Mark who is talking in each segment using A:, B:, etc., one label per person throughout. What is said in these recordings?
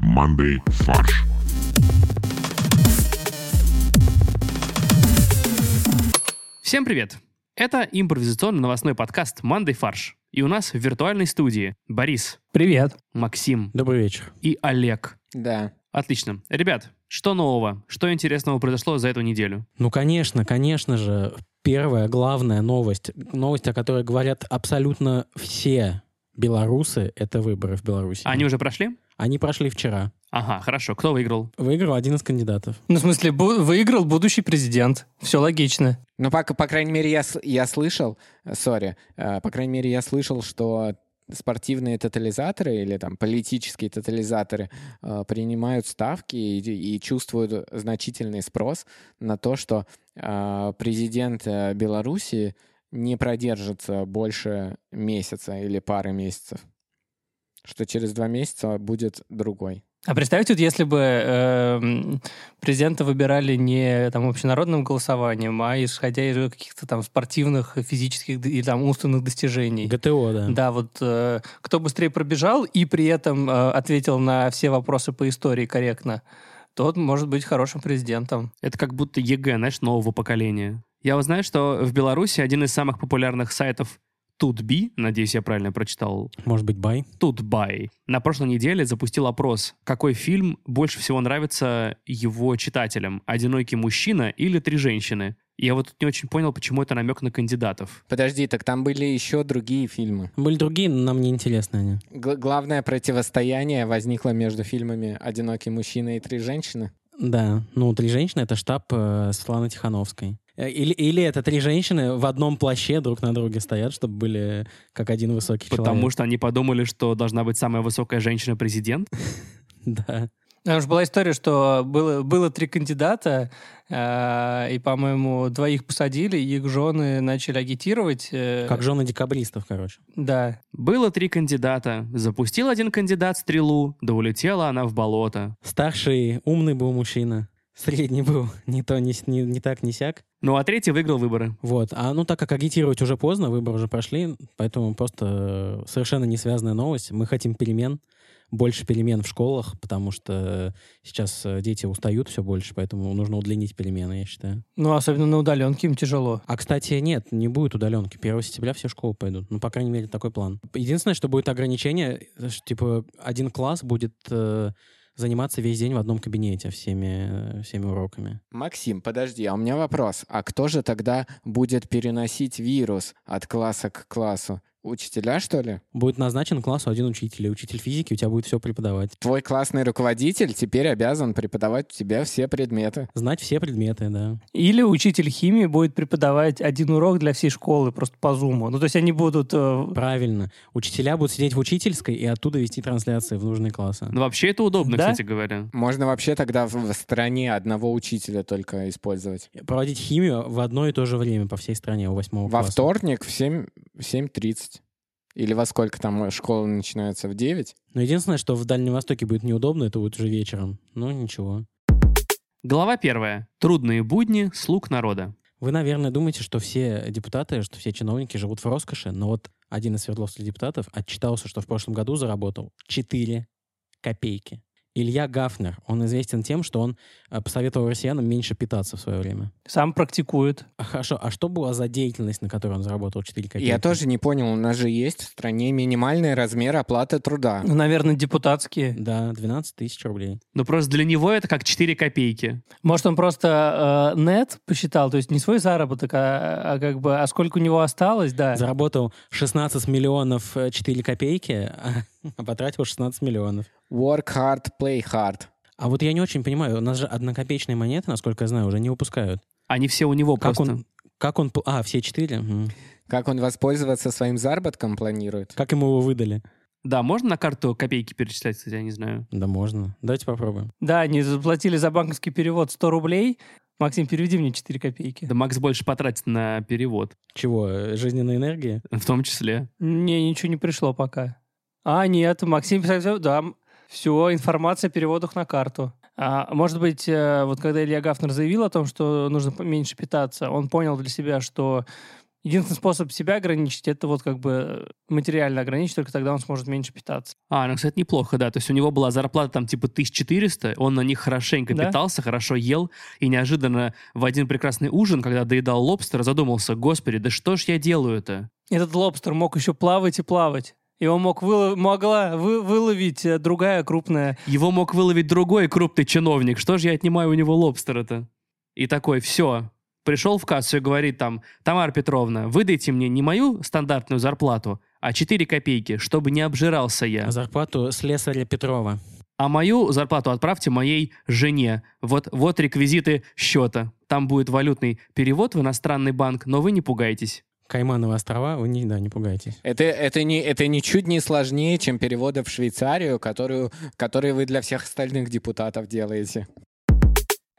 A: командой «Фарш».
B: Всем привет! Это импровизационно-новостной подкаст «Мандай фарш». И у нас в виртуальной студии Борис,
C: Привет.
B: Максим
C: Добрый вечер.
B: и Олег.
D: Да.
B: Отлично. Ребят, что нового? Что интересного произошло за эту неделю?
C: Ну, конечно, конечно же, первая главная новость, новость, о которой говорят абсолютно все белорусы, это выборы в Беларуси.
B: Они уже прошли?
C: Они прошли вчера.
B: Ага, хорошо. Кто выиграл?
C: Выиграл один из кандидатов.
E: Ну, в смысле, бу- выиграл будущий президент. Все логично.
D: Ну, по, по крайней мере, я, с- я слышал, э, сори, э, по крайней мере, я слышал, что спортивные тотализаторы или там политические тотализаторы э, принимают ставки и, и чувствуют значительный спрос на то, что э, президент э, Беларуси не продержится больше месяца или пары месяцев, что через два месяца будет другой.
E: А представьте, вот если бы эм, президента выбирали не там общенародным голосованием, а исходя из каких-то там спортивных, физических д- и там умственных достижений.
C: ГТО, да.
E: Да, вот э, кто быстрее пробежал и при этом э, ответил на все вопросы по истории корректно, тот может быть хорошим президентом.
B: Это как будто ЕГЭ, знаешь, нового поколения. Я вот знаю, что в Беларуси один из самых популярных сайтов Тутби, надеюсь, я правильно прочитал,
C: Может быть, бай?
B: Тутбай, на прошлой неделе запустил опрос, какой фильм больше всего нравится его читателям, «Одинокий мужчина» или «Три женщины». Я вот тут не очень понял, почему это намек на кандидатов.
D: Подожди, так там были еще другие фильмы.
C: Были другие, но нам не интересны они.
D: Г- главное противостояние возникло между фильмами «Одинокий мужчина» и «Три женщины».
C: Да, ну «Три женщины» — это штаб э, Светланы Тихановской. Э, Или, или это три женщины в одном плаще друг на друге стоят, чтобы были как один высокий
B: Потому
C: человек.
B: что они подумали, что должна быть самая высокая женщина-президент.
C: Да.
E: Потому что была история, что было, было три кандидата, э, и, по-моему, двоих посадили, и их жены начали агитировать. э,
C: Как жены декабристов, короче.
E: Да.
B: Было три кандидата. Запустил один кандидат стрелу, да улетела она в болото.
C: Старший умный был мужчина, средний был не то, не, с- не- не так, не сяк.
B: Ну а третий выиграл выборы.
C: Вот. А ну так как агитировать уже поздно, выборы уже прошли, поэтому просто э, совершенно не связанная новость. Мы хотим перемен, больше перемен в школах, потому что сейчас э, дети устают все больше, поэтому нужно удлинить перемены, я считаю.
E: Ну, особенно на удаленке им тяжело.
C: А, кстати, нет, не будет удаленки. 1 сентября все школы пойдут. Ну, по крайней мере, такой план. Единственное, что будет ограничение, что, типа, один класс будет э, заниматься весь день в одном кабинете всеми, э, всеми уроками.
D: Максим, подожди, а у меня вопрос. А кто же тогда будет переносить вирус от класса к классу? Учителя, что ли?
C: Будет назначен классу один учитель, и учитель физики у тебя будет все преподавать.
D: Твой классный руководитель теперь обязан преподавать у тебя все предметы.
C: Знать все предметы, да.
E: Или учитель химии будет преподавать один урок для всей школы просто по зуму. Ну, то есть они будут... э,
C: Правильно. Учителя будут сидеть в учительской и оттуда вести трансляции в нужные классы.
B: Ну вообще это удобно,
E: Да?
B: кстати говоря.
D: Можно вообще тогда в, в стране одного учителя только использовать.
C: Проводить химию в одно и то же время по всей стране у восьмого
D: Во
C: класса.
D: вторник в 7, в 7.30. Или во сколько там школа начинается? В 9?
C: Но единственное, что в Дальнем Востоке будет неудобно, это будет уже вечером. Ну, ничего.
B: Глава первая. Трудные будни слуг народа.
C: Вы, наверное, думаете, что все депутаты, что все чиновники живут в роскоши, но вот один из свердловских депутатов отчитался, что в прошлом году заработал 4 копейки. Илья Гафнер, он известен тем, что он э, посоветовал россиянам меньше питаться в свое время.
E: Сам практикуют.
C: А Хорошо, а что была за деятельность, на которой он заработал 4 копейки?
D: Я тоже не понял, у нас же есть в стране минимальный размер оплаты труда.
E: Ну, наверное, депутатские.
C: Да, 12 тысяч рублей.
B: Ну просто для него это как 4 копейки.
E: Может, он просто э, нет посчитал, то есть не свой заработок, а, а как бы, а сколько у него осталось, да.
C: Заработал 16 миллионов э, 4 копейки, а а потратил 16 миллионов.
D: Work hard, play hard.
C: А вот я не очень понимаю, у нас же однокопеечные монеты, насколько я знаю, уже не выпускают.
B: Они все у него
C: Как
B: просто.
C: он... Как он... пл- А, все четыре? Мгм.
D: Как он воспользоваться своим заработком планирует?
C: Как ему его выдали?
B: Да, можно на карту копейки перечислять, кстати, я не знаю.
C: Да можно. Давайте попробуем.
E: Да, они заплатили за банковский перевод 100 рублей. Максим, переведи мне 4 копейки.
B: Да Макс больше потратит на перевод,
C: Чего? э, Жизненная энергия?
B: в том числе.
E: Мне ничего не пришло пока. А, нет, Максим, писал, да, все, информация о переводах на карту. А, может быть, э, вот когда Илья Гафнер заявил о том, что нужно меньше питаться, он понял для себя, что Единственный способ себя ограничить, это вот как бы э, материально ограничить, только тогда он сможет меньше питаться.
B: А, ну, кстати, неплохо, да. То есть у него была зарплата там типа 1400, он на них хорошенько
E: Да.
B: питался, хорошо ел, и неожиданно в один прекрасный ужин, когда доедал лобстера, задумался, господи, да что ж я делаю-то?
E: Этот лобстер мог еще плавать и плавать. Его мог выло- могла вы- выловить э, другая крупная.
B: Его мог выловить другой крупный чиновник, что же я отнимаю у него лобстера-то? И такой, все, пришел в кассу и говорит там, Тамара Петровна, выдайте мне не мою стандартную зарплату, а 4 копейки, чтобы не обжирался я.
C: Зарплату слесаря Петрова.
B: а мою зарплату отправьте моей жене. Вот, вот реквизиты счета. Там будет валютный перевод в иностранный банк, но вы не пугайтесь.
C: Каймановы острова, вы не, да, не пугайтесь.
D: Это, это, не, это ничуть не сложнее, чем переводы в Швейцарию, которую, которые вы для всех остальных депутатов делаете.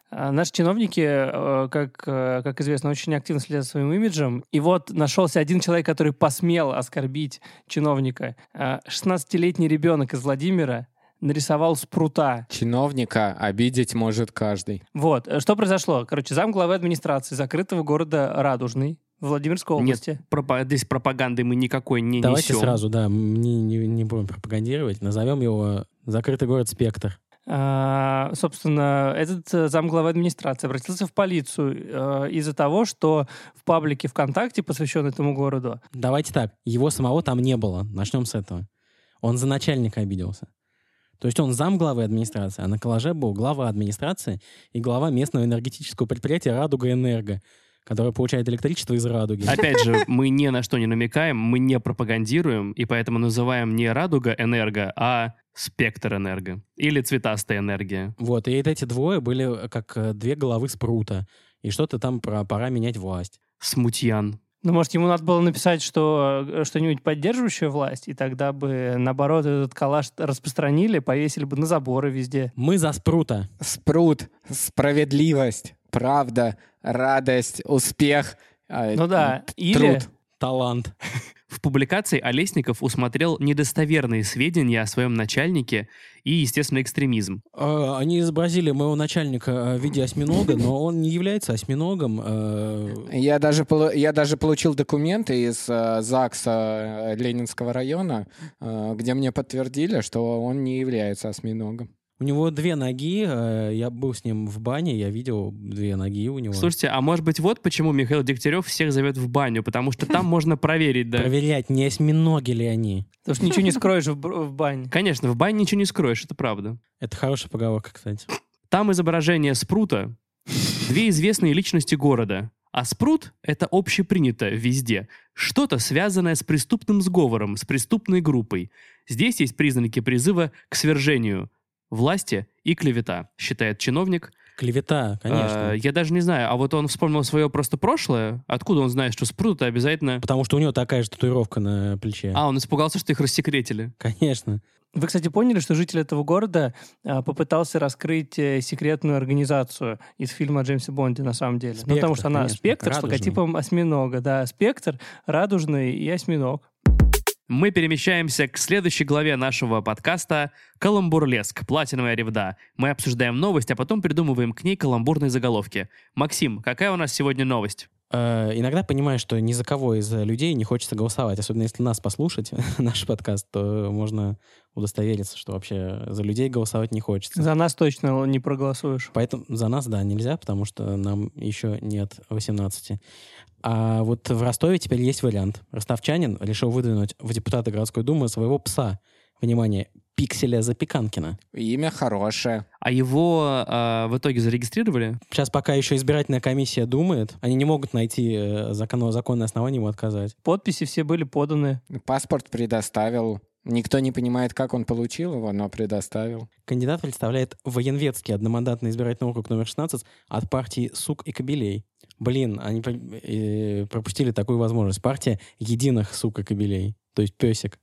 E: А Наши чиновники, э, как, э, как известно, очень активно следят за своим имиджем. И вот нашелся один человек, который посмел оскорбить чиновника. А, 16-летний ребенок из Владимира нарисовал спрута
D: Чиновника обидеть может каждый.
E: Вот, э, что произошло? Короче, зам главы администрации закрытого города Радужный Владимирской
B: Нет.
E: области.
B: Пропа- здесь пропаганды мы никакой не
C: Давайте
B: несем.
C: сразу, да, м, не, не- не будем пропагандировать. Назовем его «Закрытый город Спектр».
E: А, собственно, этот э, замглавы администрации обратился в полицию э, из-за того, что в паблике ВКонтакте, посвященной этому городу,
C: Давайте так, его самого там не было. Начнем с этого. Он за начальника обиделся. То есть он зам главы администрации, а на коллаже был глава администрации и глава местного энергетического предприятия «Радуга Энерго», которое получает электричество из «Радуги».
B: Опять же, мы ни на что не намекаем, мы не пропагандируем, и поэтому называем не радуга энерго, а спектр энерго. Или цветастая энергия.
C: Вот, и вот эти двое были э, как э, две головы спрута. И что-то там про «пора менять власть».
B: Смутьян.
E: ну, может, ему надо было написать, что э, что-нибудь поддерживающее власть, и тогда бы, наоборот, этот коллаж распространили, повесили бы на заборы везде.
C: Мы за спрута.
D: Спрут, справедливость, правда, радость, успех. э,
E: Ну да, или...
D: Труд.
C: Талант.
B: В публикации Олесников усмотрел недостоверные сведения о своем начальнике и, естественно, экстремизм.
C: Э, Они изобразили моего начальника э, в виде осьминога, но он не является осьминогом. э,
D: Я даже, полу- я даже получил документы из э, ЗАГСа э, Ленинского района, э, где мне подтвердили, что он не является осьминогом.
C: У него две ноги. э, Я был с ним в бане, я видел две ноги у него.
B: Слушайте, а может быть вот почему Михаил Дегтярев всех зовет в баню, потому что там можно проверить, да.
C: Проверять, не осьминоги ли они.
E: Потому что ничего не скроешь в, б- в бане.
B: Конечно, в бане ничего не скроешь, это правда.
C: Это хорошая поговорка, кстати.
B: Там изображение Спрута, две известные личности города. А Спрут — это общепринято везде. Что-то связанное с преступным сговором, с преступной группой. Здесь есть признаки призыва к свержению власти и клевета, считает чиновник.
C: Клевета,
B: Э,
C: конечно.
B: я даже не знаю, а вот он вспомнил свое просто прошлое. Откуда он знает, что Спрут — это обязательно...
C: Потому что у него такая же татуировка на плече.
B: А, он испугался, что их рассекретили.
C: Конечно.
E: Вы, кстати, поняли, что житель этого города а, попытался раскрыть э, секретную организацию из фильма о Джеймсе Бонде, на самом деле. ну,
C: «Спектр»,
E: потому что она
C: конечно,
E: спектр
C: «Радужный».
E: с логотипом осьминога. Да, спектр, радужный и осьминог.
B: Мы перемещаемся к следующей главе нашего подкаста «Каламбурлеск. Платиновая ревда». Мы обсуждаем новость, а потом придумываем к ней каламбурные заголовки. Максим, какая у нас сегодня новость?
C: Э, Иногда понимаешь, что ни за кого из э, людей не хочется голосовать. Особенно если нас послушать, наш подкаст, то можно удостовериться, что вообще за людей голосовать не хочется.
E: За нас точно не проголосуешь.
C: Поэтому за нас, да, нельзя, потому что нам еще нет 18. А вот в Ростове теперь есть вариант. Ростовчанин решил выдвинуть в депутаты городской думы своего пса. Внимание, пикселя Запеканкина.
D: Имя хорошее.
B: А его э, в итоге зарегистрировали?
C: Сейчас пока еще избирательная комиссия думает, они не могут найти э, закон- законное основание ему отказать.
E: Подписи все были поданы.
D: Паспорт предоставил. Никто не понимает, как он получил его, но предоставил.
C: Кандидат представляет военветский одномандатный избирательный округ номер 16 от партии «Сук и Кобелей». Блин, они про- э, пропустили такую возможность. Партия единых «Сук и Кобелей», то есть песик.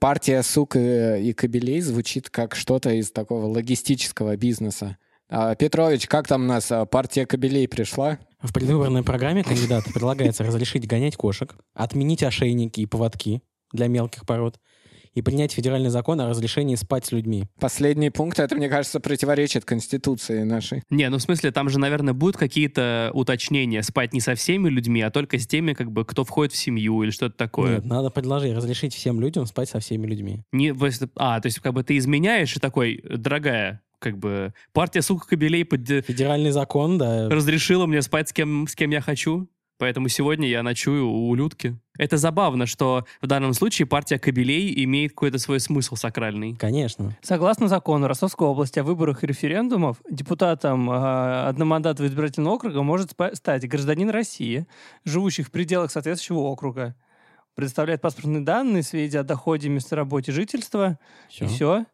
D: Партия сук и, и кобелей звучит как что-то из такого логистического бизнеса. А, Петрович, как там у нас а, партия кобелей пришла?
C: В предвыборной программе кандидата предлагается разрешить гонять кошек, отменить ошейники и поводки для мелких пород и принять федеральный закон о разрешении спать с людьми.
D: Последний пункт, это, мне кажется, противоречит Конституции нашей.
B: Не, ну в смысле, там же, наверное, будут какие-то уточнения. Спать не со всеми людьми, а только с теми, как бы, кто входит в семью или что-то такое.
C: Нет, надо предложить разрешить всем людям спать со всеми людьми.
B: Не, в смысле, а, то есть, как бы ты изменяешь и такой, дорогая, как бы партия, сука, кобелей подде-
C: Федеральный закон, да.
B: разрешила мне спать с кем, с кем я хочу. Поэтому сегодня я ночую у Людки. Это забавно, что в данном случае партия кобелей имеет какой-то свой смысл сакральный.
C: Конечно.
E: Согласно закону Ростовской области о выборах и референдумов, депутатом э, одномандатного избирательного округа может спа- стать гражданин России, живущий в пределах соответствующего округа, предоставляет паспортные данные, сведения о доходе, местоработе жительства,
C: Всё.
E: и все.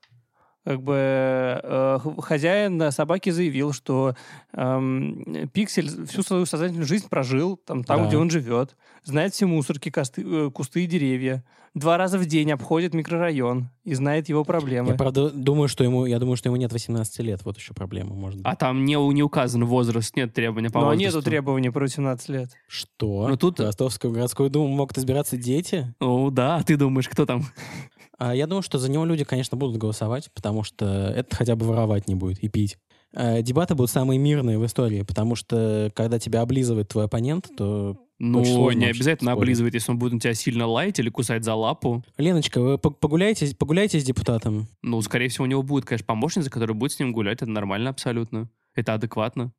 E: Как бы э, х- хозяин э, собаки заявил, что эм, Пиксель всю свою сознательную жизнь прожил там, там
C: Да.
E: где он живет, знает все мусорки, косты- э, кусты и деревья, два раза в день обходит микрорайон и знает его проблемы.
C: Я правда думаю, что ему, я думаю, что ему нет 18 лет, вот еще проблема, может быть.
B: А там не, у- не указан возраст, нет требования
C: Ну,
B: по
C: а
E: Но
B: возрасту.
E: нету требований про 18 лет.
C: Что?
B: Ну, тут-
C: В Ростовскую городскую думу могут избираться дети?
B: О, да, а ты думаешь, кто там?
C: А я думаю, что за него люди, конечно, будут голосовать, потому что это хотя бы воровать не будет и пить. А дебаты будут самые мирные в истории, потому что когда тебя облизывает твой оппонент, то...
B: Ну,
C: Очень сложно
B: не
C: вообще
B: обязательно
C: спорить.
B: облизывать, если он будет на тебя сильно лаять или кусать за лапу.
C: Леночка, вы по- погуляете, погуляете с депутатом?
B: Ну, скорее всего, у него будет, конечно, помощница, которая будет с ним гулять. Это нормально абсолютно. Это адекватно.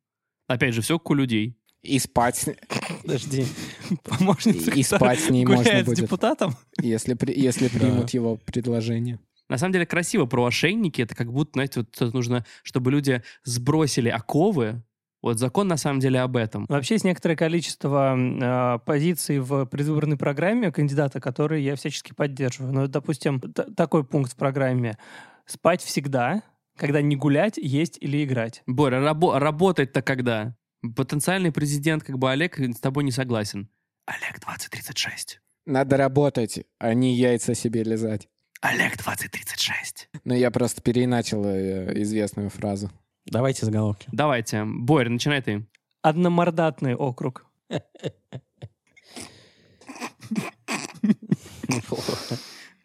B: Опять же, все как у людей.
D: И спать, с-
C: Подожди.
E: Помощница,
D: и
E: которая
D: спать с ней можно
E: гуляет с
D: будет,
E: депутатом.
D: если, при- если примут его предложение.
B: На самом деле красиво про ошейники. Это как будто, знаете, вот тут нужно, чтобы люди сбросили оковы. Вот закон на самом деле об этом.
E: Вообще есть некоторое количество м, э, позиций в предвыборной программе кандидата, которые я всячески поддерживаю. Ну, допустим, т- такой пункт в программе. Спать всегда, когда не гулять, есть или играть.
B: Боря, рабо- работать-то когда? Потенциальный президент, как бы Олег, с тобой не согласен. Олег 2036.
D: Надо работать, а не яйца себе лизать.
B: Олег 2036.
D: Но я просто переиначил э, известную фразу.
C: Давайте заголовки.
B: Давайте. Борь, начинай ты.
E: Одномордатный округ.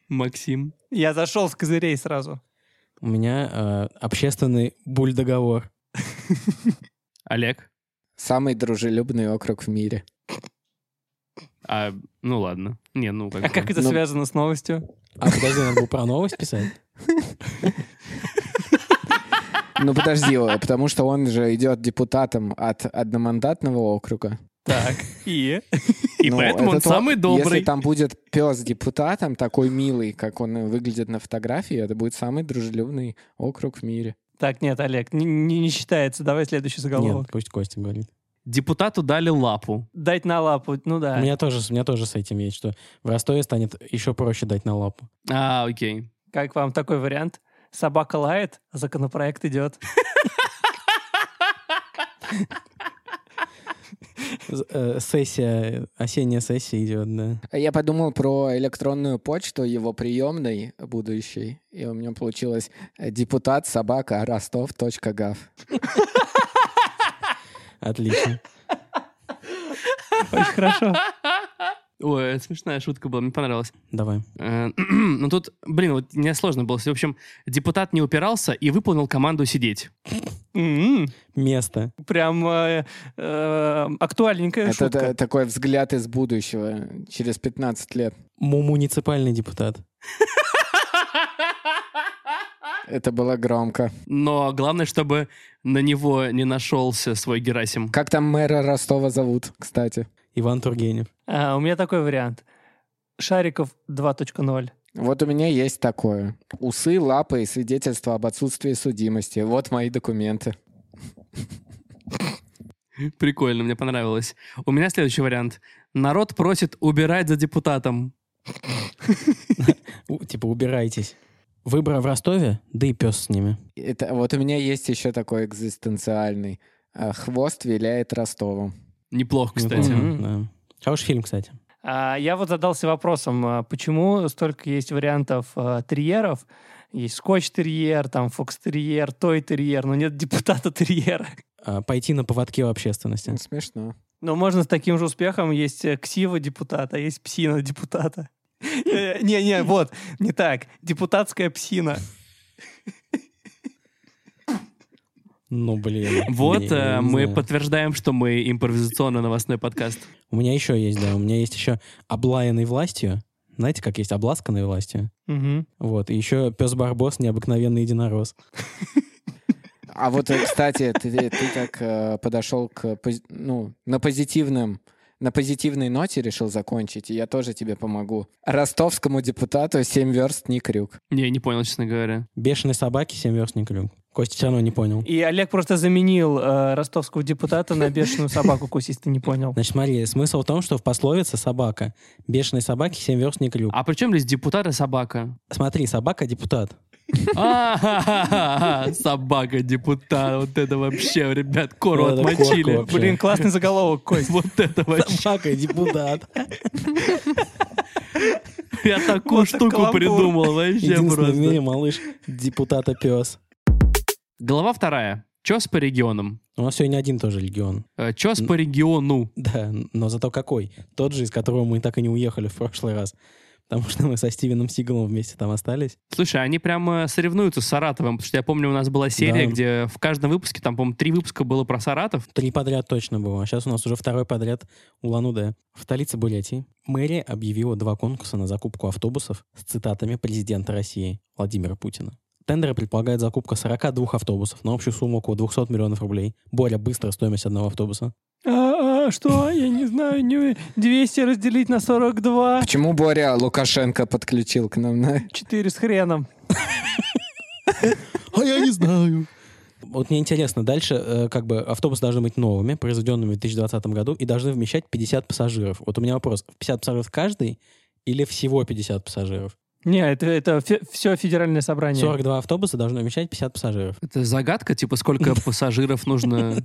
B: Максим.
E: Я зашел с козырей сразу.
C: У меня э, общественный бульдоговор.
B: Олег.
D: Самый дружелюбный округ в мире.
B: А, ну ладно. Не, ну как
E: А как
B: бы.
E: это
D: Ну-
E: связано с новостью?
C: А подожди, надо было про новость писать?
D: Ну подожди, э, потому что он же идет депутатом от одномандатного округа.
E: Так, и...
B: И
D: Ну,
B: поэтому он
D: этот о-
B: самый добрый.
D: Если там будет пес депутатом, такой милый, как он э, выглядит на фотографии, это будет самый дружелюбный округ в мире.
E: Так, нет, Олег, не- не не считается. Давай следующий
C: Нет,
E: заголовок.
C: пусть Костя говорит.
B: Депутату дали лапу.
E: Дать на лапу, ну да.
C: У меня тоже, с- у меня тоже с этим есть, что в Ростове станет еще проще дать на лапу.
B: А, окей.
E: Как вам такой вариант? Собака лает, а законопроект идет.
C: З- э, Сессия, осенняя сессия идет, да.
D: А Я подумал про электронную почту его приемной будущей, и у меня получилось э, депутат собака ростов.гав.
C: Отлично.
E: Очень хорошо.
B: Ой, это смешная шутка была, мне понравилась.
C: Давай.
B: Э, Ну тут, блин, вот мне сложно было. В общем, депутат не упирался и выполнил команду сидеть.
E: М,
C: Место.
E: М-м, Прям э, э, актуальненькая
D: Это та-
E: шутка.
D: такой взгляд из будущего, через 15 лет.
C: Му- Муниципальный депутат.
D: Это было громко.
B: Но главное, чтобы на него не нашелся свой Герасим.
D: Как там мэра Ростова зовут, кстати?
C: Иван Тургенев.
E: А, У меня такой вариант. Шариков 2.0.
D: Вот у меня есть такое. Усы, лапы и свидетельство об отсутствии судимости. Вот мои документы.
B: Прикольно, мне понравилось. У меня следующий вариант. Народ просит убирать за депутатом.
C: У- Типа, убирайтесь. Выборы в Ростове, да и пес с ними.
D: Это, вот у меня есть еще такой экзистенциальный. А, Хвост виляет Ростовом.
B: Неплохо, кстати.
C: Неплохо, да. Хороший фильм, кстати.
E: А, Я вот задался вопросом, а, почему столько есть вариантов а, терьеров? Есть скотч-терьер, там фокс-терьер, той-терьер, но нет депутата-терьера.
C: А, Пойти на поводке у общественности.
D: Ну, Смешно.
E: Но можно с таким же успехом есть э, ксива депутата, есть псина депутата. Не-не, вот, не так. Депутатская псина.
C: Ну, блин.
B: Вот
C: Я- я
B: э,
C: не
B: мы
C: знаю.
B: подтверждаем, что мы импровизационно-новостной подкаст.
C: У меня еще есть, да. У меня есть еще облаянный властью. Знаете, как есть обласканной властью?
E: Мгм.
C: Вот. И еще пес Барбос, необыкновенный единорос.
D: А вот, э, кстати, ты, ты- ты так э, подошел к пози- ну, на позитивном на позитивной ноте решил закончить, и я тоже тебе помогу. Ростовскому депутату 7 верст не крюк.
B: Не, не понял, честно говоря.
C: Бешеной собаки, семь верст не клюк. Костя все равно не понял.
E: И Олег просто заменил э, ростовского депутата на бешеную собаку кусить, ты не понял.
C: Значит, смотри, смысл в том, что в пословице собака. Бешеной собаки, семь верст не клюк.
B: А при чем здесь депутат и собака?
C: Смотри, собака депутат.
B: А, Собака, депутат. Вот это вообще, ребят, кору
C: Вот Ну, это корку
B: отмочили.
C: вообще.
E: Блин, классный заголовок, Кость.
B: Вот это вообще.
C: Собака депутат.
B: Я такую
E: Вот это
B: штуку
E: каламбур.
B: придумал вообще
C: Единственный в мире
B: просто.
C: малыш депутата пес.
B: Глава вторая. Чес по регионам.
C: У нас сегодня один тоже легион.
B: Э, Чес по региону.
C: Да, но зато какой? Тот же, из которого мы так и не уехали в прошлый раз. Потому что мы со Стивеном Сигалом вместе там остались.
B: Слушай, они прямо соревнуются с Саратовым, потому что я помню, у нас была серия,
C: Да.
B: где в каждом выпуске, там, по-моему, три выпуска было про Саратов.
C: Три подряд точно было. А сейчас у нас уже второй подряд Улан-Удэ. В столице Бурятии мэрия объявила два конкурса на закупку автобусов с цитатами президента России Владимира Путина. Тендеры предполагают закупку 42 автобусов на общую сумму около 200 миллионов рублей. Боря, быстро стоимость одного автобуса.
E: А, а, Что? Я не знаю. не- 200 разделить на 42.
D: Почему Боря Лукашенко подключил к нам? на-
E: 4 с хреном.
C: А я не знаю. Вот мне интересно, дальше э, как бы автобусы должны быть новыми, произведенными в 2020 году, и должны вмещать 50 пассажиров. Вот у меня вопрос, 50 пассажиров каждый или всего 50 пассажиров?
E: Не, это, это все федеральное собрание.
C: 42 автобуса должны вмещать 50 пассажиров.
B: Это загадка, типа, сколько пассажиров нужно...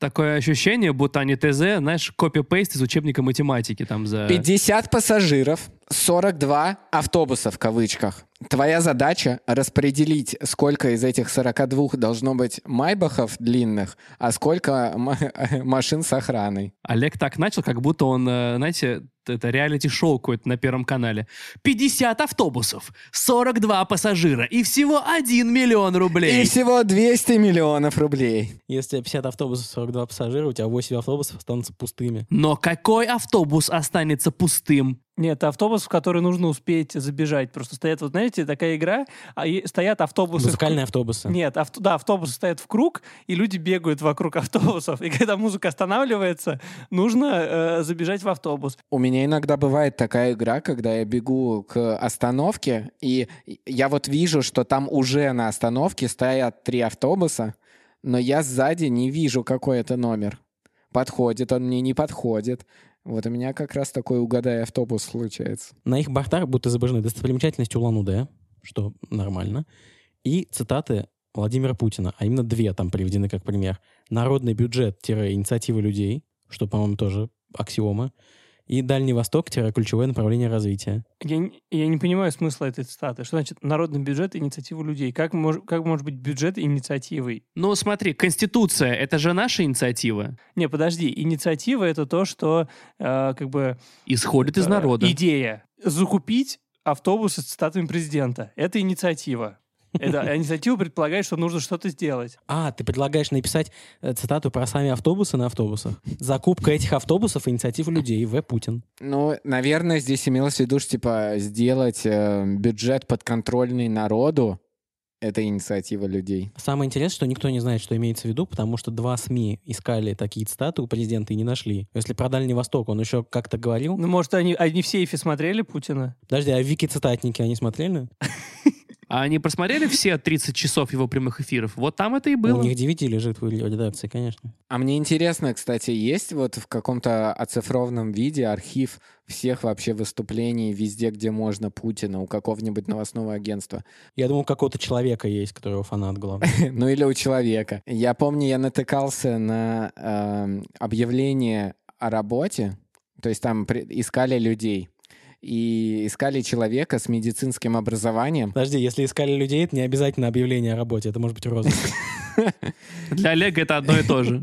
B: Такое ощущение, будто они ТЗ, знаешь, копи-пейст из учебника математики там за...
D: 50 пассажиров, 42 автобуса в кавычках. Твоя задача — распределить, сколько из этих 42 должно быть майбахов длинных, а сколько ма- э, машин с охраной.
B: Олег так начал, как будто он, э, знаете, это реалити-шоу какое-то на Первом канале. 50 автобусов, 42 пассажира и всего 1 миллион
D: И
B: рублей.
D: всего 200 миллионов рублей.
C: Если 50 автобусов, 42 пассажира, у тебя 8 автобусов останутся пустыми.
B: Но какой автобус останется пустым?
E: Нет, автобус, в который нужно успеть забежать. Просто стоят, вот знаете, такая игра, а и стоят автобусы. в кру-
C: Музыкальные автобусы.
E: Нет, авто- да, автобусы стоят в круг, и люди бегают вокруг автобусов. И когда музыка останавливается, нужно э, забежать в автобус.
D: У меня иногда бывает такая игра, когда я бегу к остановке, и я вот вижу, что там уже на остановке стоят три автобуса, но я сзади не вижу, какой это номер. Подходит он мне, не подходит. Вот у меня как раз такой угадай автобус случается.
C: На их бортах будут изображены достопримечательности Улан-Удэ, что нормально, и цитаты Владимира Путина, а именно две там приведены как пример. Народный бюджет-инициатива людей, что, по-моему, тоже аксиома, и Дальний Восток-ключевое направление развития.
E: Я, не- я не понимаю смысла этой цитаты. Что значит народный бюджет инициатива людей? Как, мож- как может быть бюджет инициативой?
B: Ну, смотри, Конституция — это же наша инициатива.
E: Не, подожди, инициатива это то, что э, как бы
B: Исходит из
E: э,
B: народа.
E: идея закупить автобусы с цитатами президента. Это инициатива. Это а инициатива предполагает, что нужно что-то сделать.
C: А, ты предлагаешь написать э, цитату про сами автобусы на автобусах. Закупка этих автобусов — инициатива людей, В. Путин.
D: Ну, наверное, здесь имелось в виду, что, типа, сделать э, бюджет подконтрольный народу. Это инициатива людей.
C: Самое интересное, что никто не знает, что имеется в виду, потому что два СМИ искали такие цитаты у президента и не нашли. Если про Дальний Восток он еще как-то говорил.
E: Ну, может, они, они в сейфе смотрели Путина?
C: Подожди, а Вики-цитатники они смотрели?
B: А они просмотрели все 30 часов его прямых эфиров? Вот там это и
C: У
B: было.
C: них DVD лежит в редакции, конечно.
D: А мне интересно, кстати, есть вот в каком-то оцифрованном виде архив всех вообще выступлений везде, где можно Путина, у какого-нибудь новостного агентства.
C: Я думал, какого-то человека есть, которого фанат главный.
D: Ну или у человека. Я помню, я натыкался на эм, объявление о работе, то есть там при- искали людей. И искали человека с медицинским образованием.
C: Подожди, если искали людей, это не обязательно объявление о работе, это может быть розыск.
B: Для Олега это одно и то же.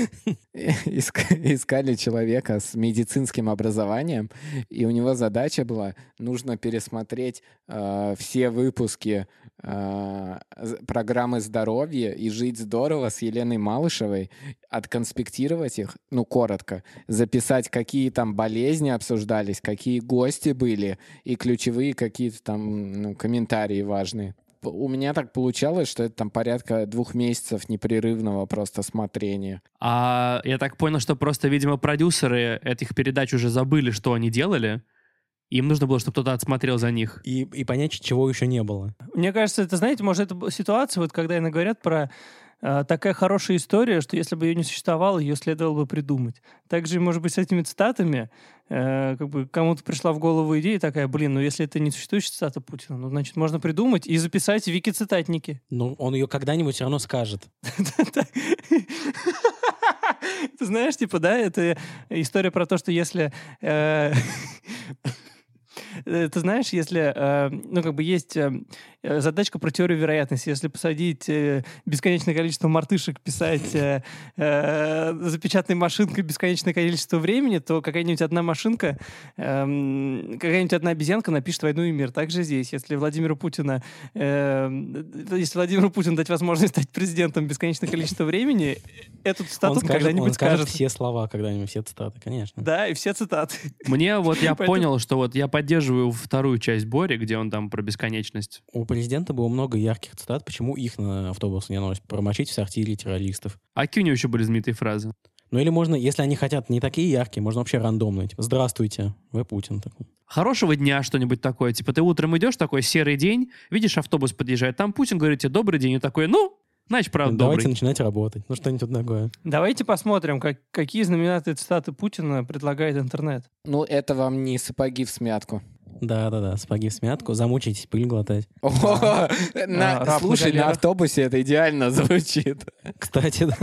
D: Иск- Искали человека с медицинским образованием, и у него задача была, нужно пересмотреть э, все выпуски э, з- программы здоровья и жить здорово с Еленой Малышевой, отконспектировать их, ну, коротко, записать, какие там болезни обсуждались, какие гости были, и ключевые какие-то там ну, комментарии важные. П- У меня так получалось, что это там порядка двух месяцев непрерывного просто смотрения.
B: А я так понял, что просто, видимо, продюсеры этих передач уже забыли, что они делали. Им нужно было, чтобы кто-то отсмотрел за них.
C: И, и понять, чего еще не было.
E: Мне кажется, это, знаете, может, это б- ситуация, вот когда иногда говорят про э, такая хорошая история, что если бы ее не существовало, ее следовало бы придумать. Также, может быть, с этими цитатами э, как бы кому-то пришла в голову идея такая, блин, ну если это не существующая цитата Путина, ну значит можно придумать и записать в вики-цитатники.
C: Но Ну, он ее когда-нибудь все равно скажет.
E: Ты знаешь, типа, да, это история про то, что если... э, э, Ты знаешь, если, э, ну, как бы есть э, э, задачка про теорию вероятности, если посадить э, бесконечное количество мартышек писать э, э, запечатанной машинкой бесконечное количество времени, то какая-нибудь одна машинка, эм, какая-нибудь одна обезьянка напишет «Войну и мир». Также здесь, если Владимиру Путина Эм, то Если Владимиру Путину дать возможность стать президентом бесконечное количество времени, эту
C: Он
E: цитату
C: скажет, он
E: когда-нибудь
C: скажет
E: скажет.
C: все слова когда-нибудь, все цитаты, конечно.
E: Да, и все цитаты.
B: Мне вот я
E: Поэтому-
B: понял, что вот я поддерживаю вторую часть Бори, где он там про бесконечность.
C: У президента было много ярких цитат, почему их на автобус не носят. Промочить в сортире террористов.
B: А какие у него еще были знаменитые фразы?
C: Ну или можно, если они хотят не такие яркие, можно вообще рандомные. Типа, здравствуйте, вы Путин. Такой.
B: Хорошего дня что-нибудь такое. Типа ты утром идешь, такой серый день, видишь, автобус подъезжает, там Путин говорит тебе «добрый день», и такой «ну, значит, правда,
C: Давайте
B: добрый».
C: начинать работать. Ну что-нибудь такое.
E: Давайте посмотрим, как- какие знаменитые цитаты Путина предлагает интернет.
D: Ну, это вам не сапоги в смятку.
C: Да-да-да, сапоги в смятку, замучитесь, пыль глотать.
D: О, на-
E: А, Раф
D: Слушай, на
E: Мугалеров.
D: автобусе это идеально звучит.
C: Кстати, да.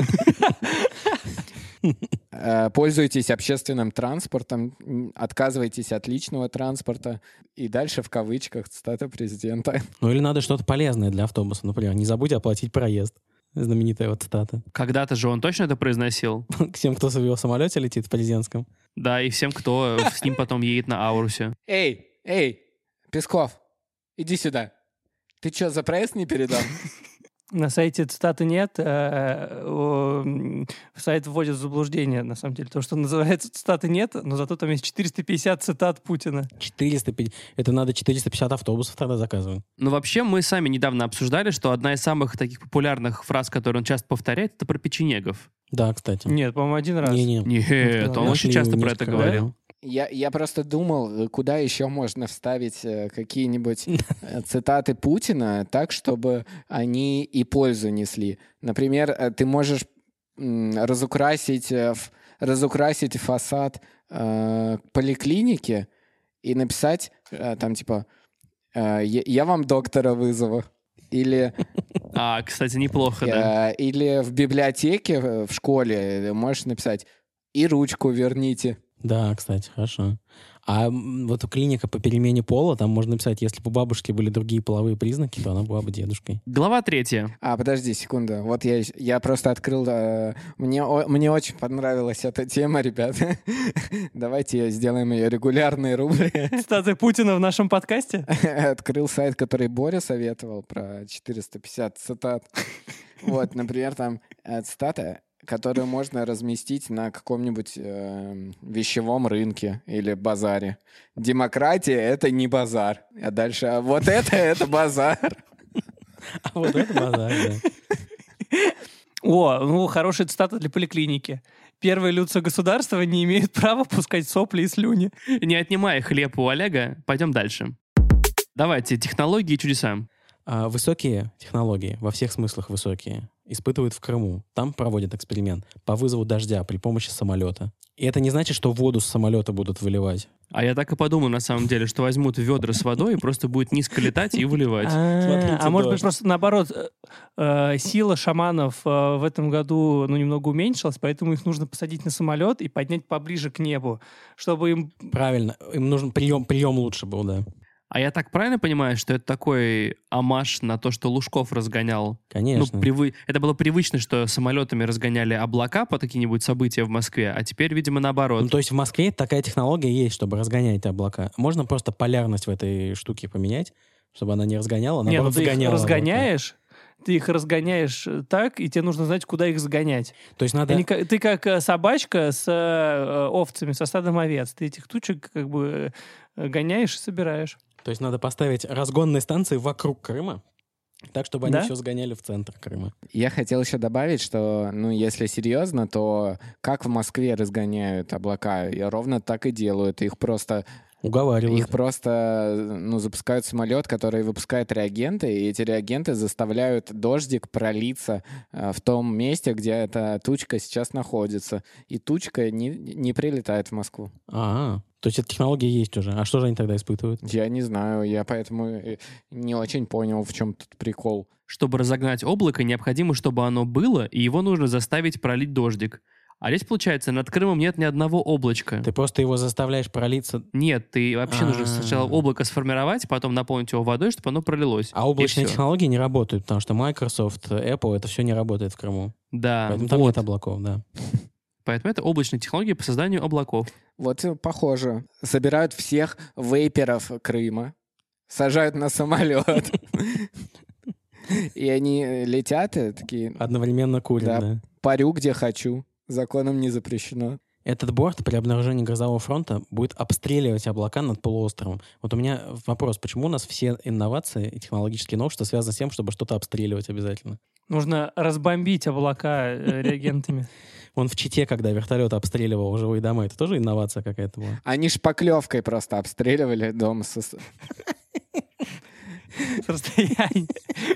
D: Э, Пользуйтесь общественным транспортом, м, отказывайтесь от личного транспорта. И дальше в кавычках цитата президента.
C: Ну или надо что-то полезное для автобуса. Например, не забудь оплатить проезд. Знаменитая вот цитата.
B: Когда-то же он точно это произносил.
C: К тем, кто в его самолете летит в президентском.
B: Да, и всем, кто с ним потом едет на Аурусе.
D: Эй, эй, Песков, иди сюда. Ты что, за проезд не передал?
E: На сайте цитаты нет, э, о, м, сайт вводит в заблуждение, на самом деле. То, что называется цитаты нет, но зато там есть 450 цитат Путина.
C: 450. Это надо 450 автобусов тогда заказывать.
B: Но вообще мы сами недавно обсуждали, что одна из самых таких популярных фраз, которые он часто повторяет, это про печенегов.
C: Да, кстати.
E: Нет, по-моему, один раз.
C: Не-не.
B: Нет, он
E: Нашли
B: очень часто
C: его
B: про это
C: несколько, да?
B: говорил.
D: Я, я просто думал, э, куда еще можно вставить э, какие-нибудь э, цитаты Путина так, чтобы они и пользу несли. Например, э, ты можешь м, разукрасить, э, ф- разукрасить фасад э, поликлиники и написать э, там типа э, «Я я вам доктора вызову». Или,
B: А, кстати, неплохо, да.
D: э, или в библиотеке э, в школе э, можешь написать «И ручку верните».
C: Да, кстати, хорошо. А м, вот клиника по перемене пола, там можно написать, если бы у бабушки были другие половые признаки, то она была бы дедушкой.
B: Глава третья.
D: А, подожди, секунду. Вот я, ещё- я просто открыл... э, мне, о- мне очень понравилась эта тема, ребята. Давайте сделаем ее регулярной рубрикой.
E: Цитаты Путина в нашем подкасте?
D: Открыл сайт, который Боря советовал про 450 цитат. Вот, например, там э, цитата, которую можно разместить на каком-нибудь эм, вещевом рынке или базаре. Демократия — это не базар. А дальше а вот это — это базар.
C: А вот это базар, да.
E: О, ну, хорошая цитата для поликлиники. Первые лица государства не имеют права пускать сопли и слюни.
B: Не отнимая хлеб у Олега, пойдем дальше. Давайте, технологии и чудеса.
C: А Высокие технологии, во всех смыслах высокие, испытывают в Крыму. Там проводят эксперимент по вызову дождя при помощи самолета. И это не значит, что воду с самолета будут выливать.
B: А я так и подумал, на самом деле, что возьмут ведра с водой и просто будет низко летать и выливать.
E: А,
C: Смотрите
E: а может быть,
C: дождь.
E: просто наоборот, э, э, сила шаманов э, в этом году ну, немного уменьшилась, поэтому их нужно посадить на самолет и поднять поближе к небу, чтобы им...
C: Правильно, им нужен прием, прием лучше был, да.
B: А я так правильно понимаю, что это такой амаш на то, что Лужков разгонял?
C: Конечно.
B: Ну, привы... Это было привычно, что самолетами разгоняли облака по какие-нибудь события в Москве, а теперь, видимо, наоборот.
C: Ну, то есть в Москве такая технология есть, чтобы разгонять облака. Можно просто полярность в этой штуке поменять, чтобы она не разгоняла, а
E: Не, ну
C: наоборот,
E: ты их
C: сгоняла облака.
E: разгоняешь, ты их разгоняешь э, так, и тебе нужно знать, куда их сгонять.
C: То есть надо...
E: Они ка- ты как э, собачка с э, э, овцами, со стадом овец. Ты этих тучек как бы э, гоняешь и собираешь.
C: То есть надо поставить разгонные станции вокруг Крыма, так, чтобы они
E: Да?
C: все сгоняли в центр Крыма.
D: Я хотел еще добавить, что, ну, если серьезно, то как в Москве разгоняют облака? И ровно так и делают. Их просто,
C: Уговаривают.
D: их просто, ну, запускают самолет, который выпускает реагенты, и эти реагенты заставляют дождик пролиться э, в том месте, где эта тучка сейчас находится. И тучка не, не прилетает в Москву.
C: А, то есть эта технология есть уже. А что же они тогда испытывают?
D: Я не знаю, я поэтому э, не очень понял, в чем тут прикол.
B: Чтобы разогнать облако, необходимо, чтобы оно было, и его нужно заставить пролить дождик. А здесь, получается, над Крымом нет ни одного облачка.
C: Ты просто его заставляешь пролиться,
B: Нет, ты вообще нужно
C: А.
B: сначала облако сформировать, потом наполнить его водой, чтобы оно пролилось.
C: а облачные
B: И всё.
C: технологии не работают, потому что Microsoft, Apple, это все не работает в Крыму.
E: А,
B: Да,
C: Поэтому
B: вот.
C: там нет облаков, да.
B: Поэтому это облачные технологии по созданию облаков.
D: Вот э, похоже. Собирают всех вейперов Крыма, сажают на самолет. И они э, летят и такие,
C: Одновременно курят,
D: Да.
C: да.
D: парю где хочу, законом не запрещено.
C: Этот борт при обнаружении грозового фронта будет обстреливать облака над полуостровом. Вот у меня вопрос, почему у нас все инновации и технологические новшества связаны с тем, чтобы что-то обстреливать обязательно?
E: Нужно разбомбить облака э, реагентами.
C: Он в Чите, когда вертолет обстреливал жилые дома, это тоже инновация какая-то была?
D: Они шпаклевкой просто обстреливали дом. со с-
E: С расстояния.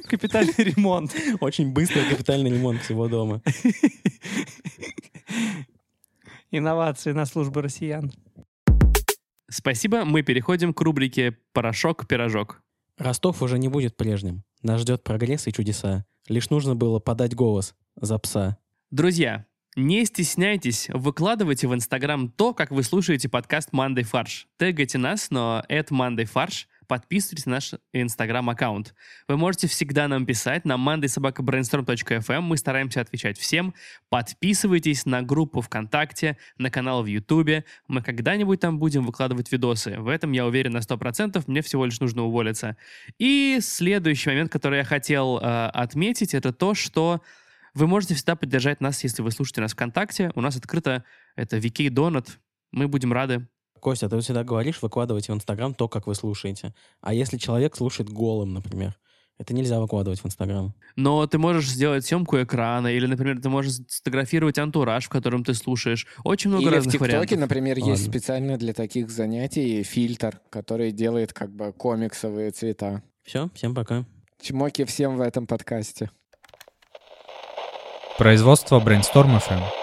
E: Капитальный ремонт.
C: Очень быстрый капитальный ремонт всего дома.
E: Инновации на службу россиян.
B: Спасибо, мы переходим к рубрике «Порошок-пирожок».
C: Ростов уже не будет прежним. Нас ждет прогресс и чудеса. Лишь нужно было подать голос за пса.
B: Друзья, не стесняйтесь, выкладывайте в Инстаграм то, как вы слушаете подкаст «Мандай фарш». Тегайте нас, но это «Мандай фарш». Подписывайтесь на наш Инстаграм-аккаунт. Вы можете всегда нам писать на mandaysobakabrainstorm.fm. эм. Мы стараемся отвечать всем. Подписывайтесь на группу ВКонтакте, на канал в Ютубе. Мы когда-нибудь там будем выкладывать видосы. В этом я уверен на 100%. Мне всего лишь нужно уволиться. И следующий момент, который я хотел э, отметить, это то, что вы можете всегда поддержать нас, если вы слушаете нас ВКонтакте. У нас открыто это Вики Донат. Мы будем рады.
C: Костя, ты вот всегда говоришь, выкладывайте в Инстаграм то, как вы слушаете. А если человек слушает голым, например, это нельзя выкладывать в Инстаграм.
B: Но ты можешь сделать съемку экрана, или, например, ты можешь сфотографировать антураж, в котором ты слушаешь. Очень много
D: Или в
B: разных
D: ТикТоке,
B: вариантов.
D: например, есть
C: Ладно.
D: специально для таких занятий фильтр, который делает как бы комиксовые цвета.
C: Все, всем пока.
D: Чмоки всем в этом подкасте.
A: Производство Brainstorm FM.